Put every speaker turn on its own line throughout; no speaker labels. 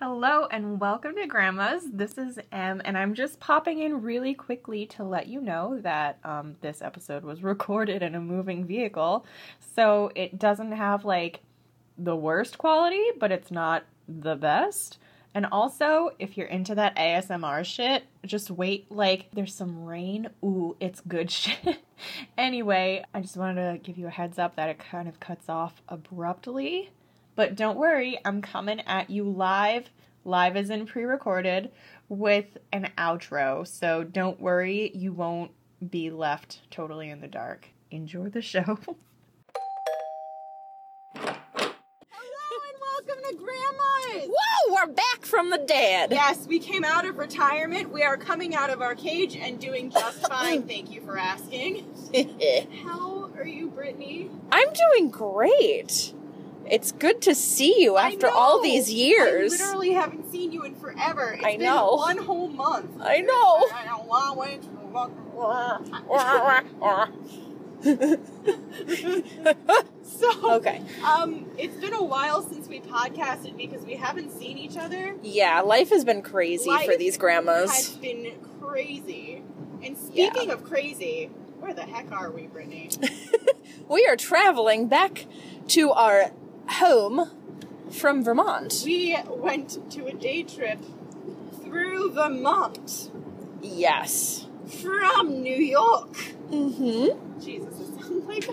Hello and welcome to Grandma's. This is Em, and I'm just popping in really quickly to let you know that um, this episode was recorded in a moving vehicle, so it doesn't have like the worst quality, but it's not the best. And also, if you're into that ASMR shit, just wait. Like, there's some rain. Ooh, it's good shit. anyway, I just wanted to give you a heads up that it kind of cuts off abruptly. But don't worry, I'm coming at you live. Live is in pre recorded with an outro. So don't worry, you won't be left totally in the dark. Enjoy the show.
Hello and welcome to Grandma's!
Whoa, we're back from the dead.
Yes, we came out of retirement. We are coming out of our cage and doing just fine. Thank you for asking. How are you, Brittany?
I'm doing great. It's good to see you
I
after
know.
all these years.
I literally haven't seen you in forever. It's
I
been
know.
one whole month.
I know.
I know, long way to the walk- So,
okay.
um, it's been a while since we podcasted because we haven't seen each other.
Yeah, life has been crazy for
Life
these
has
grandmas.
been crazy. And speaking of crazy, where the heck are we, Brittany?
We are traveling back to our home from Vermont.
We went to a day trip through Vermont
Yes.
from New York.
Mm-hmm.
Jesus, it sounds like a,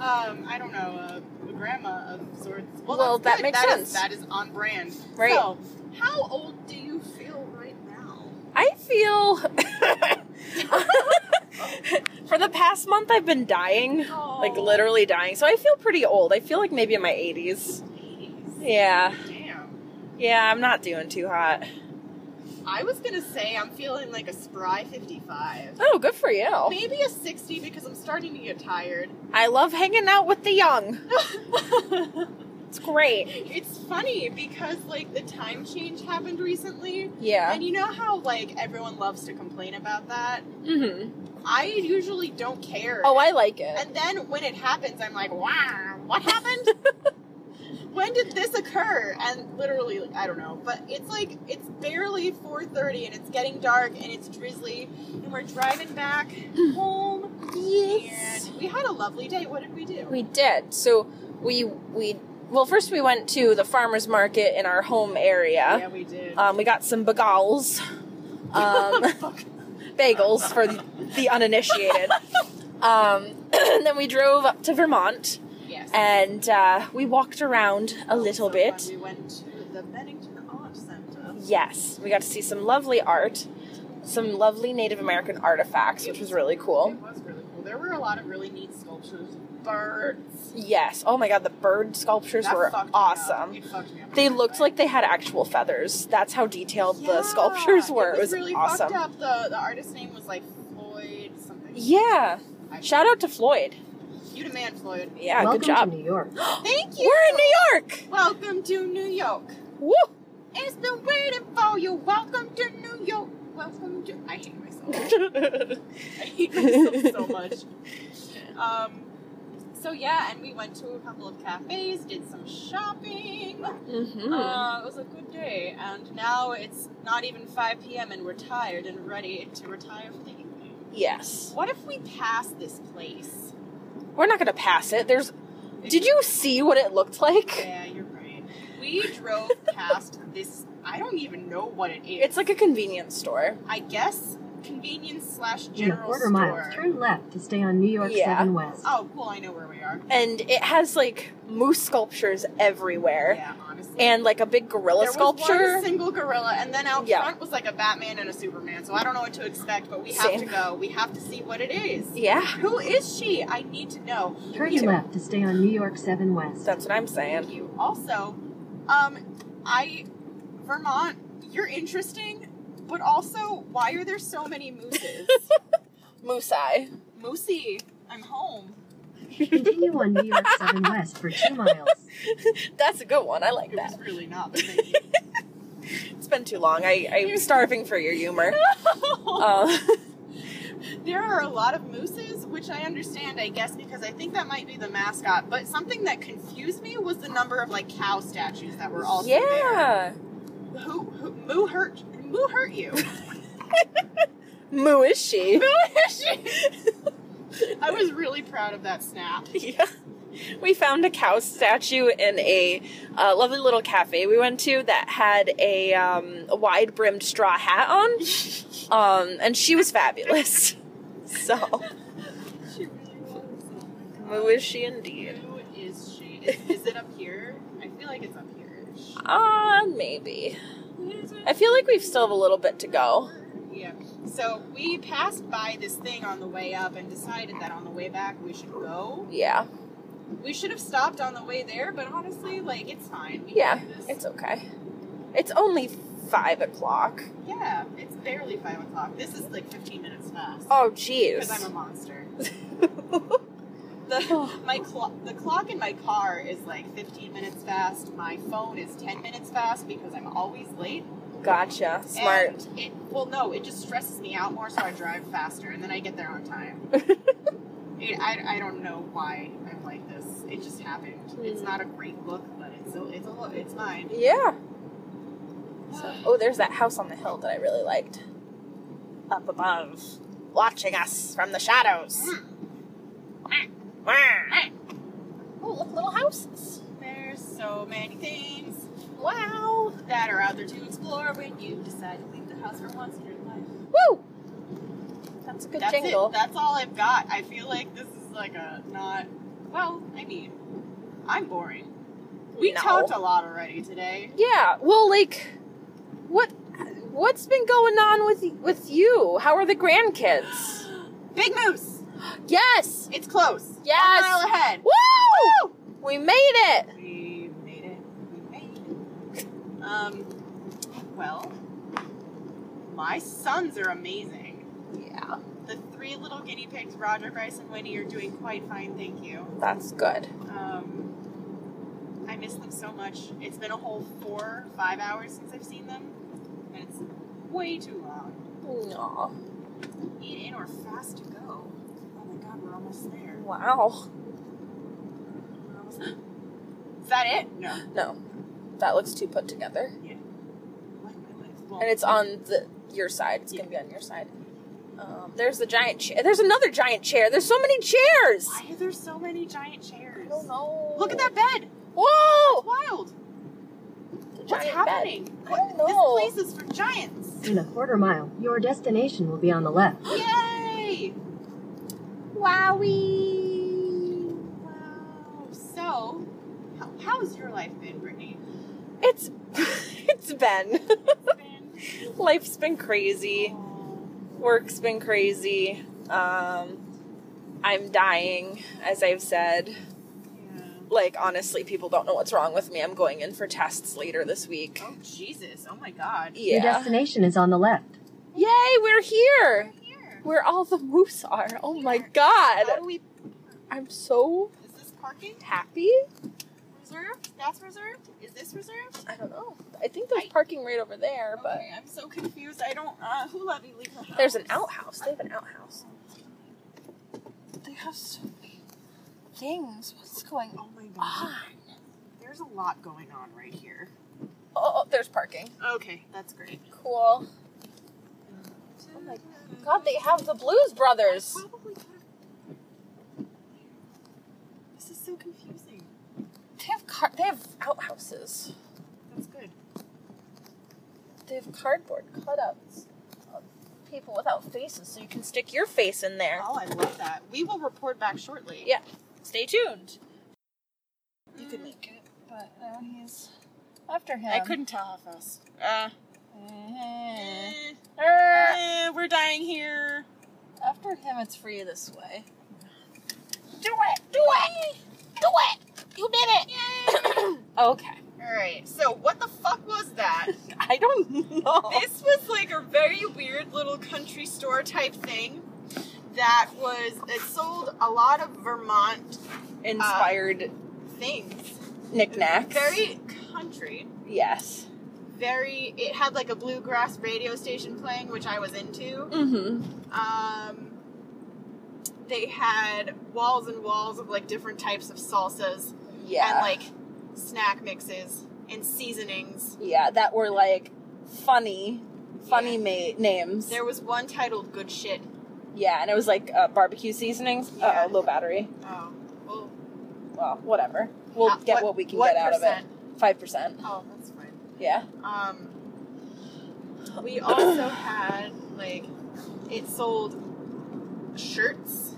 um, I don't know, a, a grandma of sorts.
Well,
that's
that
good.
makes
That is-
sense.
that is on brand.
Right.
So, how old do you feel right now?
I feel for the past month I've been dying. Like literally dying. So I feel pretty old. I feel like maybe in my 80s.
80s.
Yeah.
Oh, Damn.
Yeah, I'm not doing too hot.
I was gonna say I'm feeling like a spry 55.
Oh, good for you.
Maybe a 60 because I'm starting to get tired.
I love hanging out with the young. It's great.
It's funny because like the time change happened recently.
Yeah.
And you know how like everyone loves to complain about that?
Mm-hmm.
I usually don't care.
Oh, I like it.
and then when it happens I'm like, wow, what happened? when did this occur? And literally I don't know. But it's like it's barely four thirty and it's getting dark and it's drizzly and we're driving back home.
Yes.
And we had a lovely day. What did we do?
We did. So we we well first we went to the farmers market in our home area.
yeah, we did.
Um, we got some bagels. Um, bagels for the uninitiated. Um, and then we drove up to Vermont
yes.
and uh, we walked around a little
So fun.
bit.
We went to the Bennington Art Center.
Yes, we got to see some lovely art, some lovely Native American artifacts, which was really cool.
It was really cool. There were a lot of really neat sculptures of birds.
Yes. Oh my god, the bird sculptures
That
were
fucked me up.
awesome.
It fucked me up.
They looked like they had actual feathers. That's how detailed the sculptures were. It was,
really
awesome.
fucked up. The, the artist's name was like Floyd something.
Yeah.
I-
Shout out to Floyd.
You to man, Floyd.
Yeah,
Welcome
good job.
to New York.
Thank you.
We're in New York.
Welcome to New York.
Woo!
It's been waiting for you. Welcome to New York. Welcome to. I hate myself. I hate myself so much. Um, so yeah, and we went to a couple of cafes, did some shopping.
hmm
Uh, it was a good day, and now it's not even 5 p.m. and we're tired and ready to retire for the evening.
yes.
What if we pass this place?
We're not gonna pass it. There's. Did you see what it looked like?
Yeah, you're right. We drove past this. I don't even know what it is.
It's like a convenience store.
I guess convenience slash
In a
general
quarter
store.
mile, turn left to stay on New York
Yeah.
7 West.
Oh, cool! I know where we are.
and it has like moose sculptures everywhere
Yeah, honestly.
and like a big gorilla
there was
sculpture
one single gorilla, and then out
Yeah.
front was like a Batman and a Superman. So I don't know what to expect, but we have
Same.
to go. We have to see what it is.
yeah
Who is she? I need to know.
Turn
too.
left to stay on New York 7 West.
that's what i'm saying
Thank you. Also, um, I Vermont, you're interesting, but also, why are there so many mooses?
moose eye
Moosey, I'm home.
Continue on New York 7 West for 2 miles.
that's a good one i like
It
that
was really not. But thank you.
it's been too long i i'm starving for your humor uh,
there are a lot of mooses, which I understand, I guess, because I think that might be the mascot. But something that confused me was the number of like cow statues that were also there.
yeah
who, who moo hurt moo hurt you.
Moo is she?
I was really proud of that snap.
yeah. We found a cow statue in a uh, lovely little cafe we went to that had a, um, a wide brimmed straw hat on, um, and she was fabulous. So,
She really was.
who is she indeed?
Who is she? Is, is it up here? I feel like it's up here.
Ah, maybe. I feel like we still have a little bit to go.
Yeah. So we passed by this thing on the way up and decided that on the way back we should go.
Yeah,
We should have stopped on the way there, but honestly, like it's fine. We can
Yeah,
do this.
it's okay. It's only five o'clock.
yeah. It's barely five o'clock. This is like fifteen minutes fast.
Oh,
Because
jeez.
I'm a monster. the
Oh.
my clock the clock in my car is like 15 minutes fast. My phone is 10 minutes fast because I'm always late.
Gotcha. Smart.
And it well no, it just stresses me out more, so I drive faster and then I get there on time. it, I, I don't know why I'm like this. It just happened. It's
Mm.
not a great look, but it's a, it's a look. It's mine.
Yeah. So, oh, there's that house on the hill that I really liked. Up above, watching us from the shadows.
Mm.
Mm. Oh, look, little houses.
There's so many things
Wow.
that are out there to explore when you decide to leave the house for once in your life.
Woo! That's a good
That's
jingle.
it. That's all I've got. I feel like this is like a not. Well, I mean, I'm boring. We
No.
talked a lot already today.
Yeah. Well, like, what, what's been going on with with you? How are the grandkids?
Big Moose.
yes.
It's close.
Yes.
One mile ahead.
Woo! We made it.
We made it. We made it. Um. Well, my sons are amazing.
Yeah.
The three little guinea pigs, Roger, Bryce, and Winnie, are doing quite fine. Thank you.
That's good.
Um. I miss them so much. It's been a whole four, five hours since I've seen them, and it's way too long.
Aw.
Eat in or fast to go. Oh my god, we're almost there.
Wow.
We're almost there. Is that it? No.
No, that looks too put together.
Like my legs won't-
and it's on the your side. It's gonna be on your side. Um, there's the giant chair. There's another giant chair. There's so many chairs.
Why are there so many giant chairs?
know.
Look at that bed. It's
Whoa!
wild.
The
What's
giant
happening?
bed. I
What-
don't know.
This place is for giants.
In a quarter mile, your destination will be on the left.
Yay!
Wowie!
Wow. So, how, how's your life been, Brittany?
It's it's been
Been-
life's been crazy.
Oh.
Work's been crazy. Um, I'm dying, as I've said.
Yeah.
Like honestly, people don't know what's wrong with me. I'm going in for tests later this week.
Oh Jesus! Oh my God!
Your
Yeah.
destination is on the left.
Yay! We're here.
Here.
where all the moose are. Oh my
How
god.
do we?
I'm so
Is this parking
happy.
reserved? That's reserved. Is this reserved?
I don't know. I think there's
I-
parking right over there, but
okay, I'm so confused. I don't. Uh, who let me leave the house?
there's an outhouse. They have an outhouse.
They have so many.
Things. What's going
Oh my God!
on?
There's a lot going on right here.
Oh, there's parking.
Okay, that's great.
Cool. Oh my god, they have the Blues Brothers.
Probably could have- This is so confusing.
They have car- they have outhouses.
That's good.
They have cardboard cutouts of people without faces so you can stick your face in there.
Oh, I love that. We will report back shortly.
Yeah. Stay tuned. You could make it, but now he's after him.
I couldn't tell how fast. Uh, eh,
After
eh, we're dying here.
him, it's free this way.
Do it! Do it! Do it! You did it!
Okay.
Alright, so what the fuck was that?
I don't know.
this was like a very weird little country store type thing that was, it sold a lot of Vermont
Inspired
things.
knickknacks.
Very country.
Yes.
Very, it had like a bluegrass radio station playing, which I was into.
Mm-hmm.
Um, they had walls and walls of like different types of salsas
Yeah.
and like snack mixes. and seasonings.
Yeah, that were like funny, funny
Yeah.
ma- names.
There was one titled "Good Shit."
yeah, and it was like uh, barbecue seasonings.
Yeah.
Uh, low battery.
Oh, well,
Well, whatever. We'll
how-
get what, we can
Uh, what
get out
percent?
of it. Five percent.
Oh, that's fine.
Yeah.
Um, we also had like it sold shirts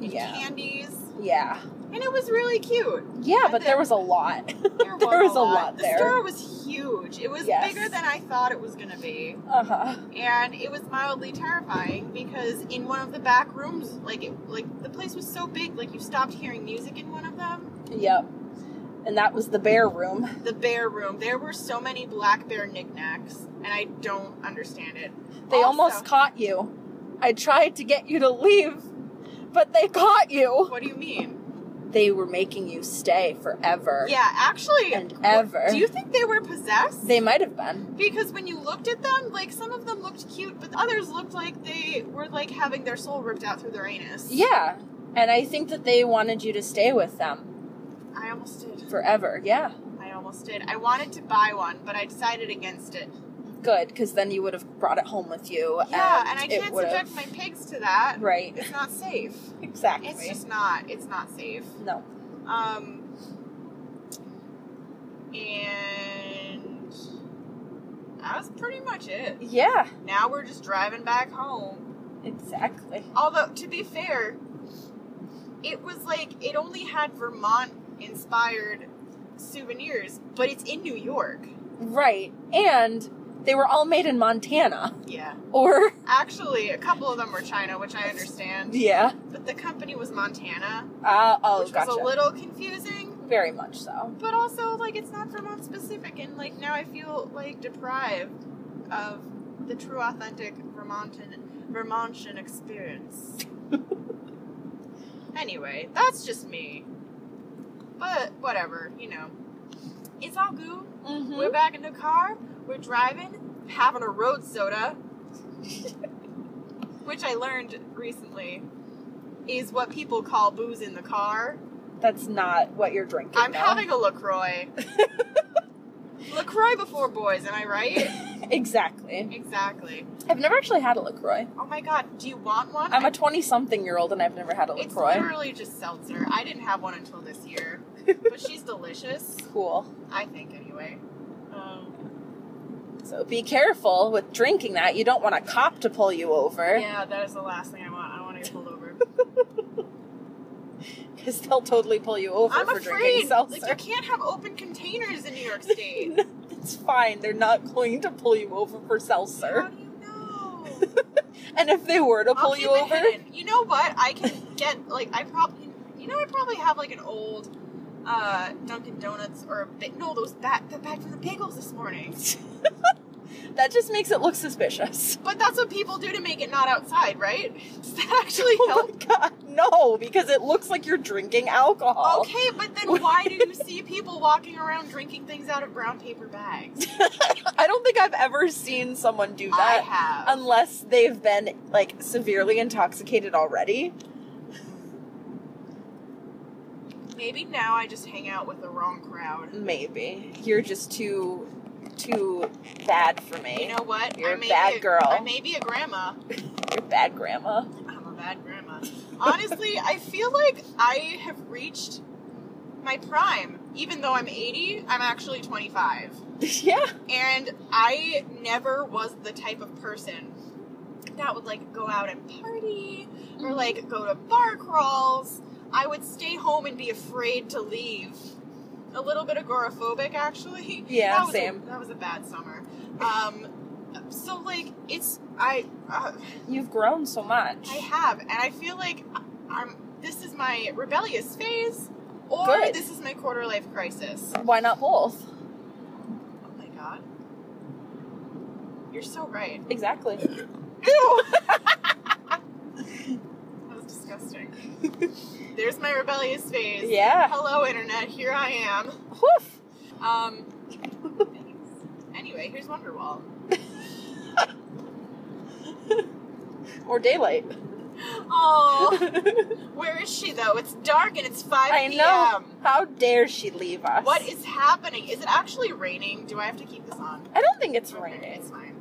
and
Yeah.
candies,
Yeah.
and it was really cute.
Yeah,
And
but there was a lot.
There was,
was a
a lot.
lot
the
there.
store was huge. It was
Yes.
bigger than I thought it was gonna be,
Uh
Uh-huh.
huh.
and it was mildly terrifying because in one of the back rooms, like it, like the place was so big, like you stopped hearing music in one of them.
Yep. And that was the bear room.
The bear room. There were so many black bear knickknacks, and I don't understand it.
They
Also-
almost caught you. I tried to get you to leave, but they caught you.
What do you mean?
They were making you stay forever.
Yeah, actually,
And
wh-
ever.
Do you think they were possessed?
They might have been.
because when you looked at them, like some of them looked cute, but others looked like they were like having their soul ripped out through their anus.
Yeah. And I think that they wanted you to stay with them
I almost did.
forever. Yeah.
I almost did. I wanted to buy one, but I decided against it.
Good, because then you would have brought it home with you.
Yeah, and I
it
can't
would
subject
have-
my pigs to that.
Right.
It's not safe.
Exactly.
It's just not. It's not safe.
no.
Um, and that was pretty much it.
Yeah.
Now we're just driving back home.
Exactly.
Although to be fair, it was like it only had Vermont inspired souvenirs, but it's in New York.
Right. And they were all made in Montana.
Yeah.
Or
Actually, a couple of them were China, which I understand,
yeah.
but the company was Montana,
Uh, oh,
which
gotcha.
was a little confusing.
Very much so.
But also, like, it's not Vermont specific, and like now I feel like deprived of the true, authentic Vermontan Vermontian experience. anyway, that's just me. But whatever, you know, it's all goo.
Hmm?
We're back in the car. We're driving, having a road soda, which I learned recently is what people call booze in the car.
That's not what you're drinking.
I'm
though.
having a LaCroix. LaCroix before boys, am I right?
exactly.
exactly.
I've never actually had a Lacroix.
Oh my god, do you want one?
I'm a 20 something year old and I've never had a
It's
Lacroix.
literally just seltzer. I didn't have one until this year. but she's delicious.
Cool.
I think, anyway. Um,
So be careful with drinking that. You don't want a cop to pull you over
yeah, that is the last thing I want. I don't want to get pulled over.
because they'll totally pull you over
I'm
for
afraid.
drinking seltzer.
Like, you can't have open containers in New York State.
it's fine. They're not going to pull you over for
How
seltzer.
do you know?
And if they were to
I'll
pull
keep
you
it
over,
hidden. You know what? I can get like I probably you know I probably have like an old uh, Dunkin' Donuts or a bit no those back the bag from the bagels this morning.
that just makes it look suspicious.
But that's what people do to make it not outside, right? Does that actually
Oh
help?
my god, no, because it looks like you're drinking alcohol.
Okay, but then why do you see people walking around drinking things out of brown paper bags?
I don't think I've ever seen someone do
I
that
have.
unless they've been like severely intoxicated already.
Maybe now I just hang out with the wrong crowd.
Maybe you're just too too bad for me.
You know what?
You're
I
a
may
bad
be a,
girl.
I may be a grandma.
you're bad grandma.
I'm a bad grandma. Honestly, I feel like I have reached my prime. Even though I'm 80, I'm actually 25.
yeah,
And I never was the type of person that would like go out and party
Mm-hmm.
or like go to bar crawls. I would stay home and be afraid to leave. A little bit agoraphobic, actually.
Yeah,
that was a-
same.
that was a bad summer. Um, so like it's I. Uh,
you've grown so much.
I have, and I feel like uh, I'm. This is my rebellious phase, or
Good.
this is my quarter life crisis.
Why not both?
Oh my god, you're so right.
Exactly.
Ew, that was disgusting. There's my rebellious phase.
Yeah.
Hello, internet. Here I am.
Woof.
Um. anyway, here's Wonderwall.
Or daylight.
Oh Oh, where is she though? It's dark and it's 5
I
p.m.
know. How dare she leave us?
um, What is happening? Is it actually raining? Do I have to keep this on?
I don't think it's
Okay,
raining.
It's fine.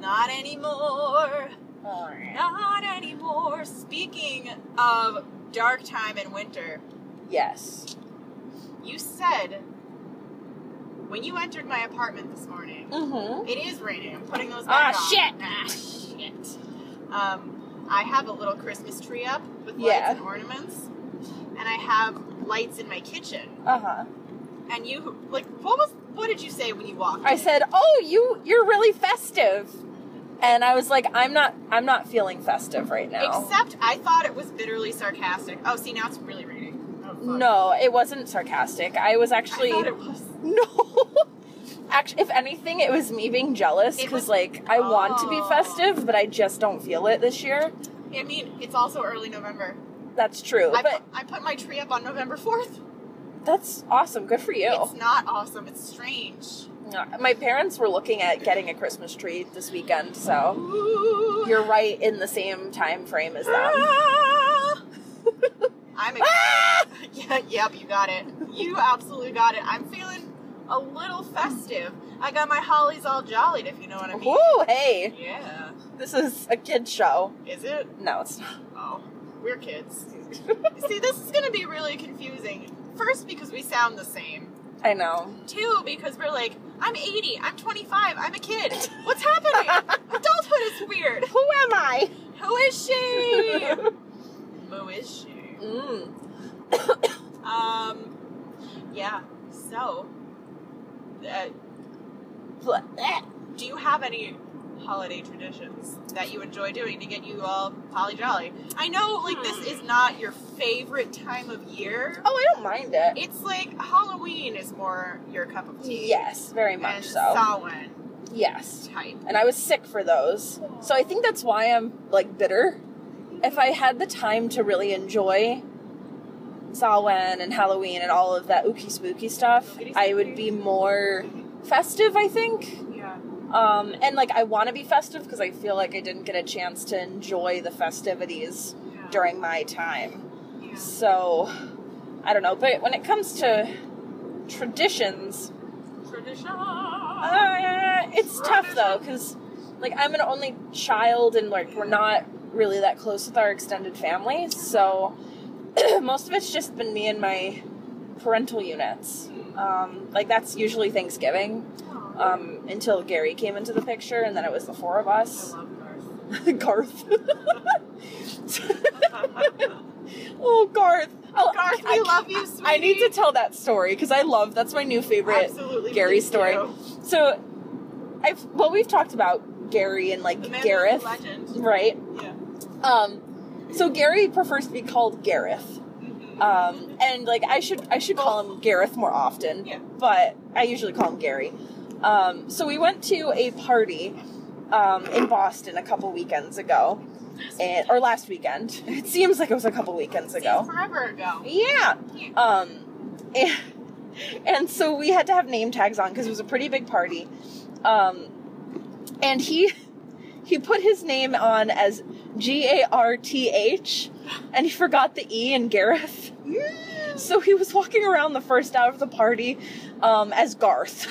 Not anymore. Not anymore. Speaking of dark time and winter,
Yes.
you said when you entered my apartment this morning,
Mm-hmm.
it is raining. I'm putting those
Ah,
back on.
shit.
Ah, shit. Um, I have a little Christmas tree up with lights
Yeah.
and ornaments, and I have lights in my kitchen.
Uh huh.
And you, like, what was, what did you say when you walked?
I
in?
said, "Oh, you you're really festive," and I was like, "I'm not. I'm not feeling festive right now."
Except I thought it was bitterly sarcastic. Oh, see, now it's really raining. Oh, fuck.
no, it wasn't sarcastic. I was actually
I thought it was.
no. Actually, if anything, it was me being jealous
It
because,
was-
like, I want to be
Oh.
festive, but I just don't feel it this year.
I mean, it's also early November.
That's true,
I put,
but
I put my tree up on November 4th.
that's awesome. Good for you. Uh,
It's not awesome. It's strange.
My parents were looking at getting a Christmas tree this weekend, so
Ooh.
you're right in the same time frame as them.
Ah! I'm ex-
Ah!
yeah, yep, you got it. You absolutely got it. I'm feeling a little festive. I got my hollies all jollied, if you know what I mean.
Woo! Hey,
Yeah.
this is a kid show.
Is it?
No, it's not.
Oh, we're kids. See, this is going to be really confusing. First, because we sound the same.
I know.
Two, because we're like, I'm 80, I'm 25, I'm a kid. What's happening? Adulthood is weird.
Who am I?
Who is she? Who is she?
Mm.
Um, yeah. So, uh,
Blah.
do you have any holiday traditions that you enjoy doing to get you all holly jolly? I know, like, this is not your favorite time of year.
Oh, I don't mind it.
It's like Halloween is more your cup of tea.
Yes, very
and
much so.
Samhain
Yes.
type.
And I was sick for those. So I think that's why I'm like bitter. If I had the time to really enjoy Samhain and Halloween and all of that ooky spooky stuff, I would be more festive, I think.
Yeah.
Um, and like I want to be festive because I feel like I didn't get a chance to enjoy the festivities during my time.
Yeah.
So I don't know, but when it comes to traditions,
Tradition.
uh, it's tough though because like I'm an only child and like we're not really that close with our extended family, so most of it's just been me and my parental units. Um, like that's usually Thanksgiving
Aw,
um, until Gary came into the picture, and then it was the four of us.
I love Garth.
Garth. oh, Garth. Oh,
Garth,
I
we love you, sweetie.
I need to tell that story because I love that's my new favorite.
Absolutely.
Gary
please
story.
do.
So, I've well, we've talked about Gary and like
The man
Gareth,
was a legend.
right?
Yeah.
Um, so Gary prefers to be called Gareth,
Mhm.
um, and like I should I should call him Gareth more often,
Yeah.
but I usually call him Gary. Um, so we went to a party um, in Boston a couple weekends ago, and or last weekend. It seems like it was a couple weekends
Seems
ago.
Forever ago.
Yeah. Um, and, and so we had to have name tags on because it was a pretty big party. Um, and he he put his name on as G A R T H, and he forgot the E in Gareth. So he was walking around the first hour of the party um, as Garth.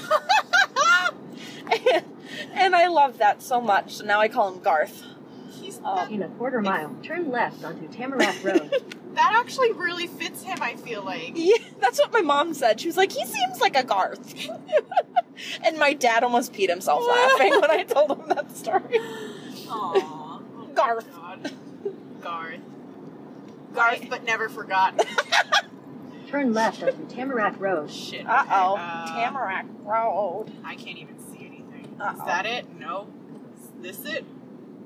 and, and I love that so much. So now I call him Garth.
He's,
Um,
In a quarter mile, turn left onto Tamarack Road.
that actually really fits him, I feel like.
Yeah, that's what my mom said. She was like, he seems like a Garth. and my dad almost peed himself laughing when I told him that story.
Aw. Oh my
Garth.
God. Garth. Garth, but never forgotten.
Turn left onto Tamarack Road.
Shit.
Uh oh.
Uh,
Tamarack Road.
I can't even see anything.
Uh-oh.
Is that it? No. Is this it?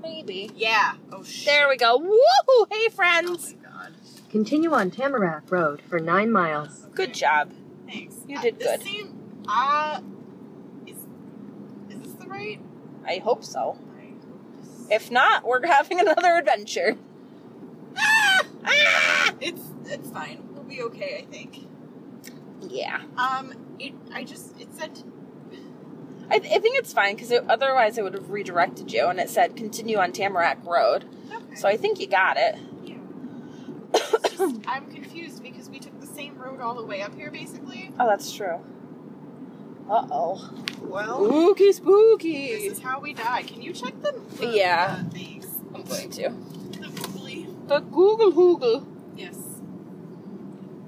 Maybe.
Yeah. Oh, shit.
There we go. Woohoo! Hey,
Oh,
friends.
my God.
Continue on Tamarack Road for 9 miles.
Good job.
Thanks.
You
Uh,
did
this
good.
Seem, uh, is, is this the right?
I hope so. If not, we're having another adventure. Ah!
It's it's fine. We'll be okay, I think.
Yeah.
Um, it I just it said
I, I think it's fine because otherwise it would have redirected you and it said continue on Tamarack Road.
okay.
So I think you got it.
confused. I'm confused because we took the same road all the way up here, basically.
Oh, that's true. Uh oh.
Well,
Spooky,
this
spooky.
is how we die. Can you check them?
Yeah.
Uh, things.
I'm going to.
The googly.
The Google Hoogle.
Yes.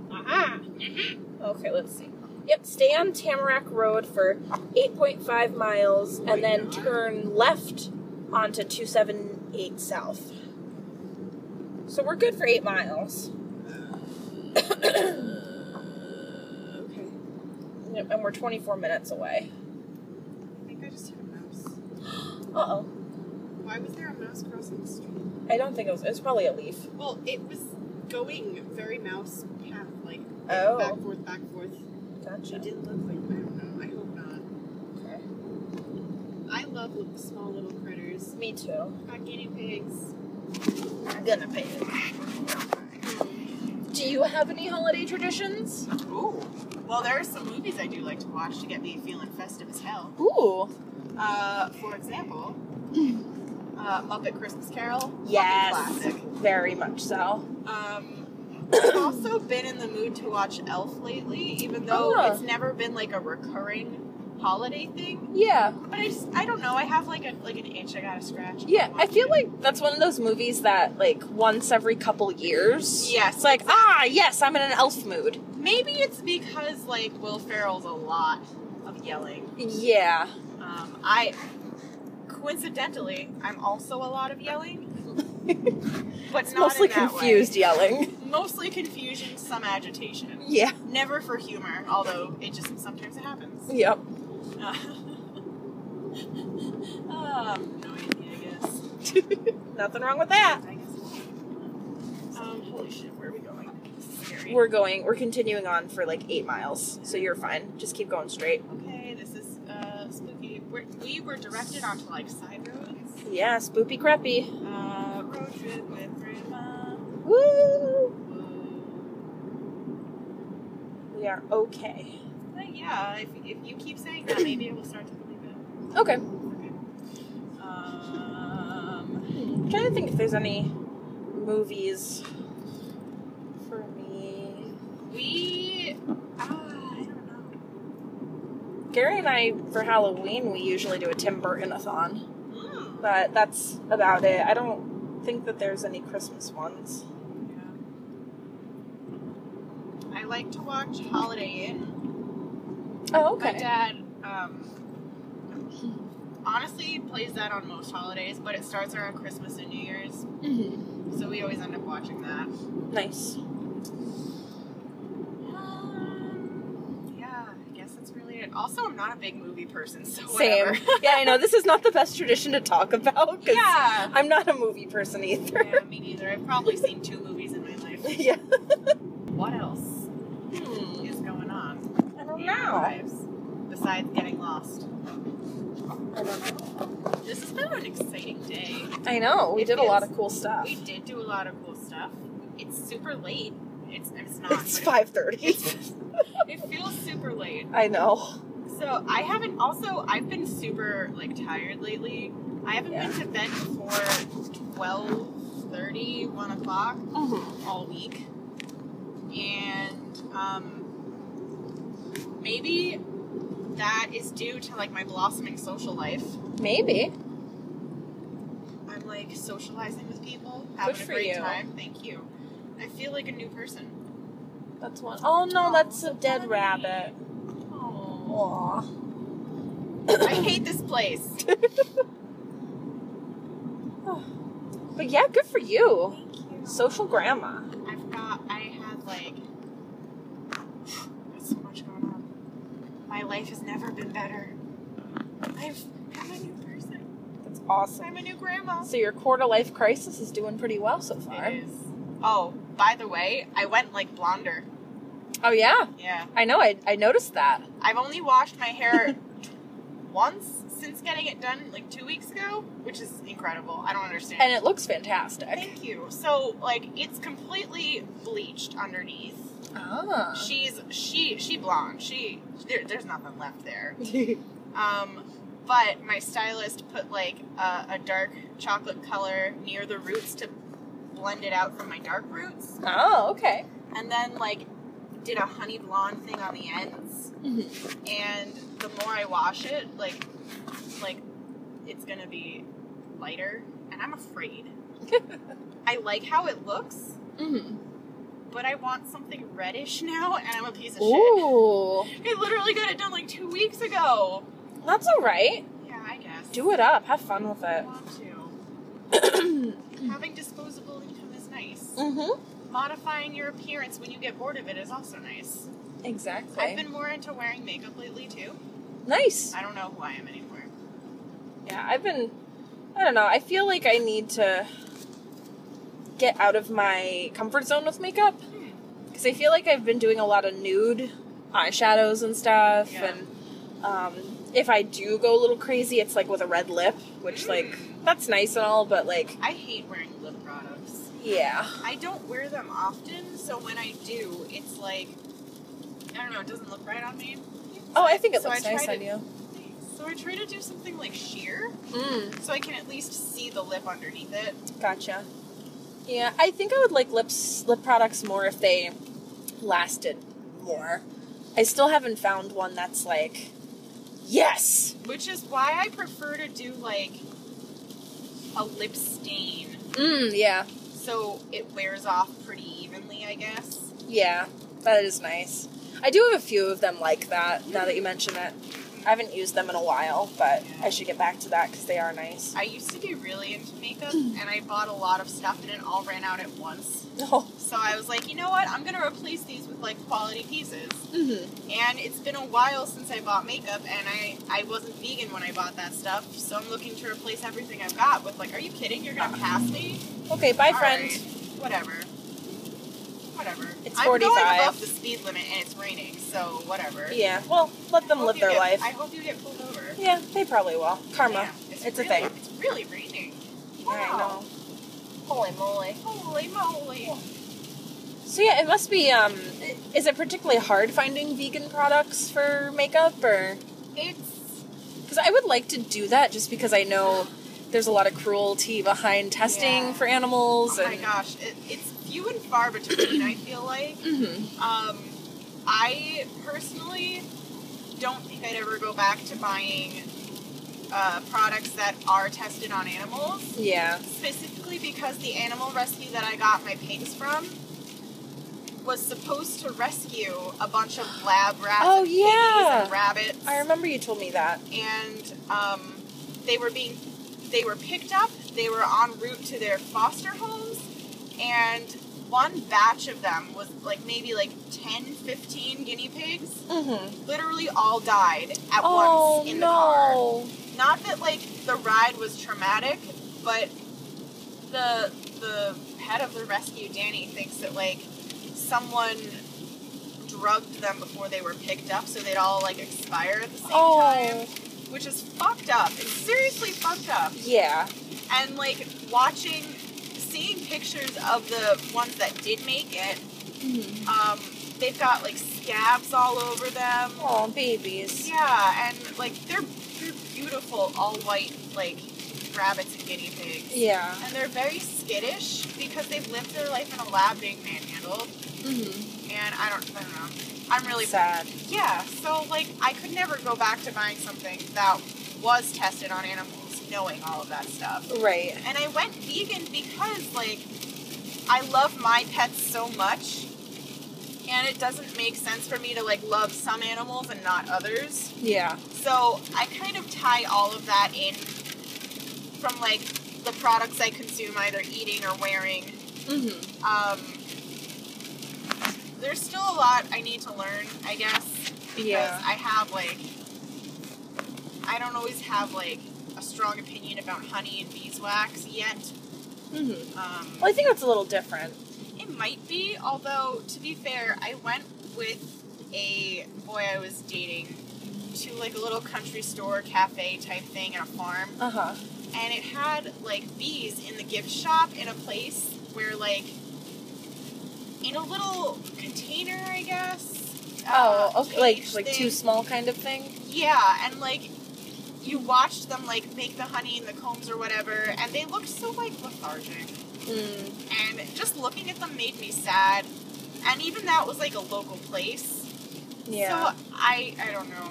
Aha.
Okay, let's see. Yep, stay on Tamarack Road for 8.5 miles and then turn left onto 278 South. So we're good for 8 miles. okay. Yep, and we're 24 minutes away.
I think I just hit a mouse.
Uh oh.
Why was there a mouse crossing the street?
I don't think it was. It was probably a leaf.
Well, it was going very mouse path, like
Oh.
back forth, back forth. She
Gotcha.
did look like I don't know. I hope not. I love li- small little critters.
Me too.
Got guinea pigs.
I'm gonna pay it. Do you have any holiday traditions?
Ooh. Well, there are some movies I do like to watch to get me feeling festive as hell.
Ooh.
Uh, for example, uh, Muppet Christmas Carol. fucking
Yes.
Classic.
Very much so.
Um, I've also been in the mood to watch Elf lately, even though
Oh.
it's never been like a recurring holiday thing.
Yeah,
But I just, I don't know. I have like a like an itch I gotta scratch.
yeah. I feel like that's one of those movies that, like, once every couple years.
Yes,
It's like, ah, yes, I'm in an elf mood.
Maybe it's because like Will Ferrell's a lot of yelling.
Yeah.
Um, I coincidentally, I'm also a lot of yelling, but
It's
not
mostly
in that
confused yelling.
Way. Mostly confusion, some agitation.
Yeah.
Never for humor, although it just sometimes it happens.
Yep.
um, noisy, I guess.
Nothing wrong with that.
I guess. Um, holy shit, where are we going? This is Scary.
We're going, we're continuing on for like eight miles, so you're fine. Just keep going straight.
okay, this is uh spooky. We're, we were directed onto like side roads.
Yeah, spoopy crappy.
Uh, road trip with grandma.
Woo!
Whoa.
We are okay.
But yeah, if, if you keep saying that, maybe I will start to believe it.
Okay.
Okay. Um,
I'm trying to think if there's any movies for me.
we. Ah, I don't know.
Gary and I, for Halloween, we usually do a Tim Burton-a-thon,
Mm.
but that's about it. I don't think that there's any Christmas ones.
Yeah. I like to watch Holiday Inn.
Oh,
My dad, um, honestly plays that on most holidays, but it starts around Christmas and New Year's,
Mm-hmm.
so we always end up watching that.
Nice.
Um, yeah, I guess that's really it. Also, I'm not a big movie person, so
Same.
whatever.
yeah, I know this is not the best tradition to talk about because
yeah.
I'm not a movie person either.
yeah, me neither. I've probably seen two movies in my life.
yeah.
What else
Hmm.
is going on
I don't
in our lives besides getting lost?
I don't know.
This has been an exciting day.
I know. We
It
did a lot
is.
of cool stuff.
We did do a lot of cool stuff. It's super late. It's it's not.
It's
but
five thirty.
It, it feels super late.
I know.
So I haven't. Also, I've been super like tired lately. I haven't
Yeah.
been to bed before 12, 30, 1 o'clock.
Mm-hmm.
all week. And um, maybe that is due to like my blossoming social life.
Maybe.
I'm like socializing with people, having
Good
a
for
great
you.
time. Thank you. I feel like a new person.
That's one. Oh no,
Aw,
that's a
so
dead
funny.
rabbit.
Oh,
Aw.
I hate this place.
But yeah, good for you.
Thank you.
Social grandma.
I've got. I had like. There's so much going on. My life has never been better. I've. I'm a new person.
That's awesome.
I'm a new grandma.
So your quarter life crisis is doing pretty well so far.
It is. Oh, by the way, I went like blonder.
Oh yeah,
Yeah.
I know. I, I noticed that.
I've only washed my hair t- once since getting it done like two weeks ago, which is incredible. I don't understand.
And it looks fantastic.
Thank you. So like it's completely bleached underneath.
Ah.
She's she she blonde. She there, there's nothing left there. Um, but my stylist put like a, a dark chocolate color near the roots to blended out from my dark roots,
Oh, okay.
and then like did a honey blonde thing on the ends.
Mm-hmm.
And the more I wash it, like like it's gonna be lighter, and I'm afraid. I like how it looks,
Mm-hmm.
but I want something reddish now, and I'm a piece of
Ooh,
shit. I literally got it done like two weeks ago.
that's all right.
Yeah, I guess.
Do it up. Have fun with
I
it.
want to.
mm-hmm.
Having disposable income is nice. Modifying your appearance when you get bored of it is also nice.
Exactly.
I've been more into wearing makeup lately too.
nice.
I don't know who I am anymore.
Yeah, I've been. I don't know. I feel like I need to get out of my comfort zone with makeup
Hmm.
because I feel like I've been doing a lot of nude eyeshadows and stuff.
Yeah.
And um, if I do go a little crazy, it's like with a red lip, which like
Hmm.
that's nice and all, but like
I hate wearing lip products.
yeah,
I don't wear them often, so when I do, it's like I don't know, it doesn't look right on me.
Oh, I think it
So I
looks nice
tried
on
it.
you.
So I try to do something like sheer,
Mm,
so I can at least see the lip underneath it.
gotcha. Yeah, I think I would like lips lip products more if they lasted more. I still haven't found one that's like yes.
Which is why I prefer to do like a lip stain
Mm, yeah,
so it wears off pretty evenly, I guess.
yeah, that is nice. I do have a few of them like that. Now that you mention it, I haven't used them in a while, but I should get back to that because they are nice.
I used to be really into makeup and I bought a lot of stuff and it all ran out at once.
Oh,
So I was like, you know what? I'm going to replace these with like quality pieces.
mm-hmm.
And it's been a while since I bought makeup and I I wasn't vegan when I bought that stuff. So I'm looking to replace everything I've got with like, are you kidding? You're going to pass me?
okay, bye,
All
friend.
right, whatever. Whatever.
It's
I'm going
45.
above the speed limit and it's raining, so whatever.
Yeah, well, let them
Hope
live
you
their
get-
life.
I hope you get pulled over.
Yeah, they probably will. Karma.
Yeah,
It's a
really-
thing.
It's really raining.
I know.
Holy moly. Holy moly.
So yeah, it must be. Um, is it particularly hard finding vegan products for makeup, or
It's
because I would like to do that just because I know there's a lot of cruelty behind testing
Yeah.
for animals.
oh
And,
my gosh, it, it's few and far between. I feel like.
Mhm.
Um, I personally don't think I'd ever go back to buying uh, products that are tested on animals,
Yeah.
specifically because the animal rescue that I got my pigs from was supposed to rescue a bunch of lab rats
Oh,
and piggies
yeah.
and rabbits.
I remember you told me that.
and um, they were being they were picked up they were en route to their foster homes and one batch of them was like maybe like 10 15 guinea pigs
Mm-hmm.
literally all died at
Oh
once in the car
no.
not that like the ride was traumatic but the the head of the rescue danny thinks that like someone drugged them before they were picked up so they'd all like expire at the same time
Oh
which is fucked up. It's seriously fucked up.
yeah.
And like watching, seeing pictures of the ones that did make it, um, they've got like scabs all over them.
Oh babies.
Yeah, and like they're they're beautiful, all white like rabbits and guinea pigs.
Yeah.
And they're very skittish because they've lived their life in a lab being manhandled.
Mm-hmm.
And I don't, I don't know. I'm really
Sad.
yeah, so like I could never go back to buying something that was tested on animals, knowing all of that stuff.
Right.
And I went vegan because like I love my pets so much and it doesn't make sense for me to like love some animals and not others.
Yeah.
So I kind of tie all of that in from like the products I consume either eating or wearing
Mm-hmm.
um, there's still a lot I need to learn, I guess, because
Yeah.
I have like I don't always have like a strong opinion about honey and beeswax yet.
Mm-hmm.
Um,
Well, I think that's a little different.
it might be, although to be fair, I went with a boy I was dating to like a little country store cafe type thing in a farm
Uh huh.
and it had like bees in the gift shop in a place where like in a little container, I guess.
Oh,
uh,
okay. Like
cage
like
thing.
too small kind of thing.
Yeah, and like you watched them like make the honey and the combs or whatever, and they looked so like lethargic.
Mm.
And just looking at them made me sad. And even that was like a local place.
Yeah.
So I I don't know.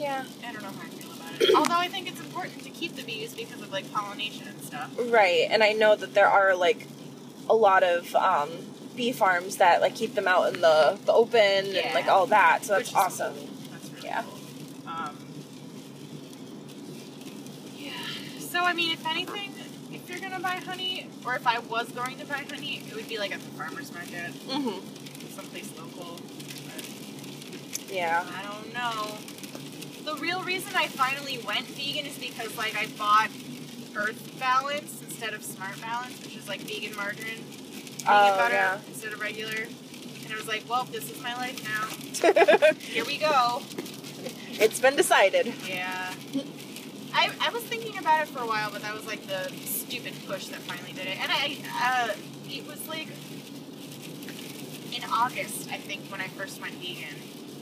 yeah.
I don't know how I feel about it. Although I think it's important to keep the bees because of like pollination and stuff.
Right. And I know that there are like a lot of um, bee farms that like keep them out in the, the open and
Yeah.
like all that. So
Which
that's
is
awesome.
cool. That's really
Yeah.
cool. Um, yeah. So I mean, if anything, if you're gonna buy honey, or if I was going to buy honey, it would be like at the farmers market,
Mm-hmm.
someplace local. But
Yeah.
I don't know. The real reason I finally went vegan is because like I bought Earth Balance instead of Smart Balance, which is like vegan margarine, vegan
Oh,
butter
yeah.
instead of regular. And I was like, well, this is my life now.
it's
Here we go.
been decided.
Yeah. I, I was thinking about it for a while, but that was like the stupid push that finally did it. And I, uh, it was like in August, I think, when I first went vegan.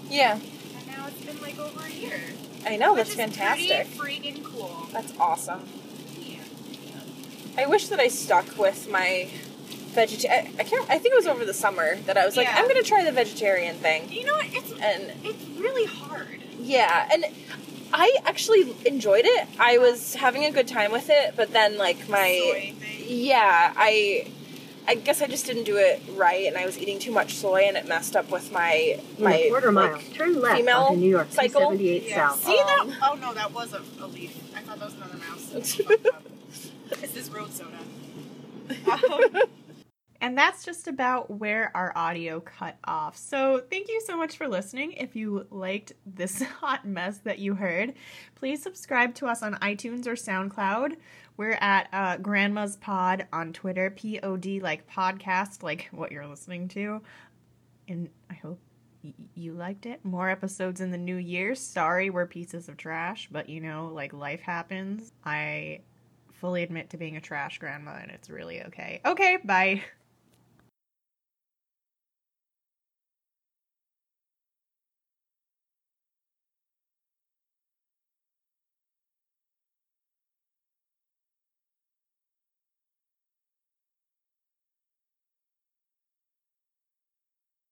Yeah.
And now it's been like over a year.
I know.
which
Oh, That's
is
fantastic.
Pretty freaking cool.
That's awesome.
Yeah.
I wish that I stuck with my vegetarian. I, I can't. I think it was over the summer that I was like,
Yeah.
I'm gonna try the vegetarian thing,
You know what? It's,
and
it's really hard.
yeah, and I actually enjoyed it. I was having a good time with it, but then like my
Soy thing.
yeah, I I guess I just didn't do it right, and I was eating too much soy, and it messed up with my
In
my
a quarter mile,
like,
turn left
female
onto New York
cycle?
278
Yeah.
South.
See
Um,
that? Oh no, that was a, a leaf. I thought that was another mouse. this is road soda. Um,
And that's just about where our audio cut off. So, thank you so much for listening. If you liked this hot mess that you heard, please subscribe to us on iTunes or SoundCloud. We're at uh, Grandma's Pod on Twitter, P O D, like podcast, like what you're listening to. And I hope y- you liked it. More episodes in the new year. Sorry, we're pieces of trash, but you know, like life happens. I fully admit to being a trash grandma, and it's really okay. Okay, bye.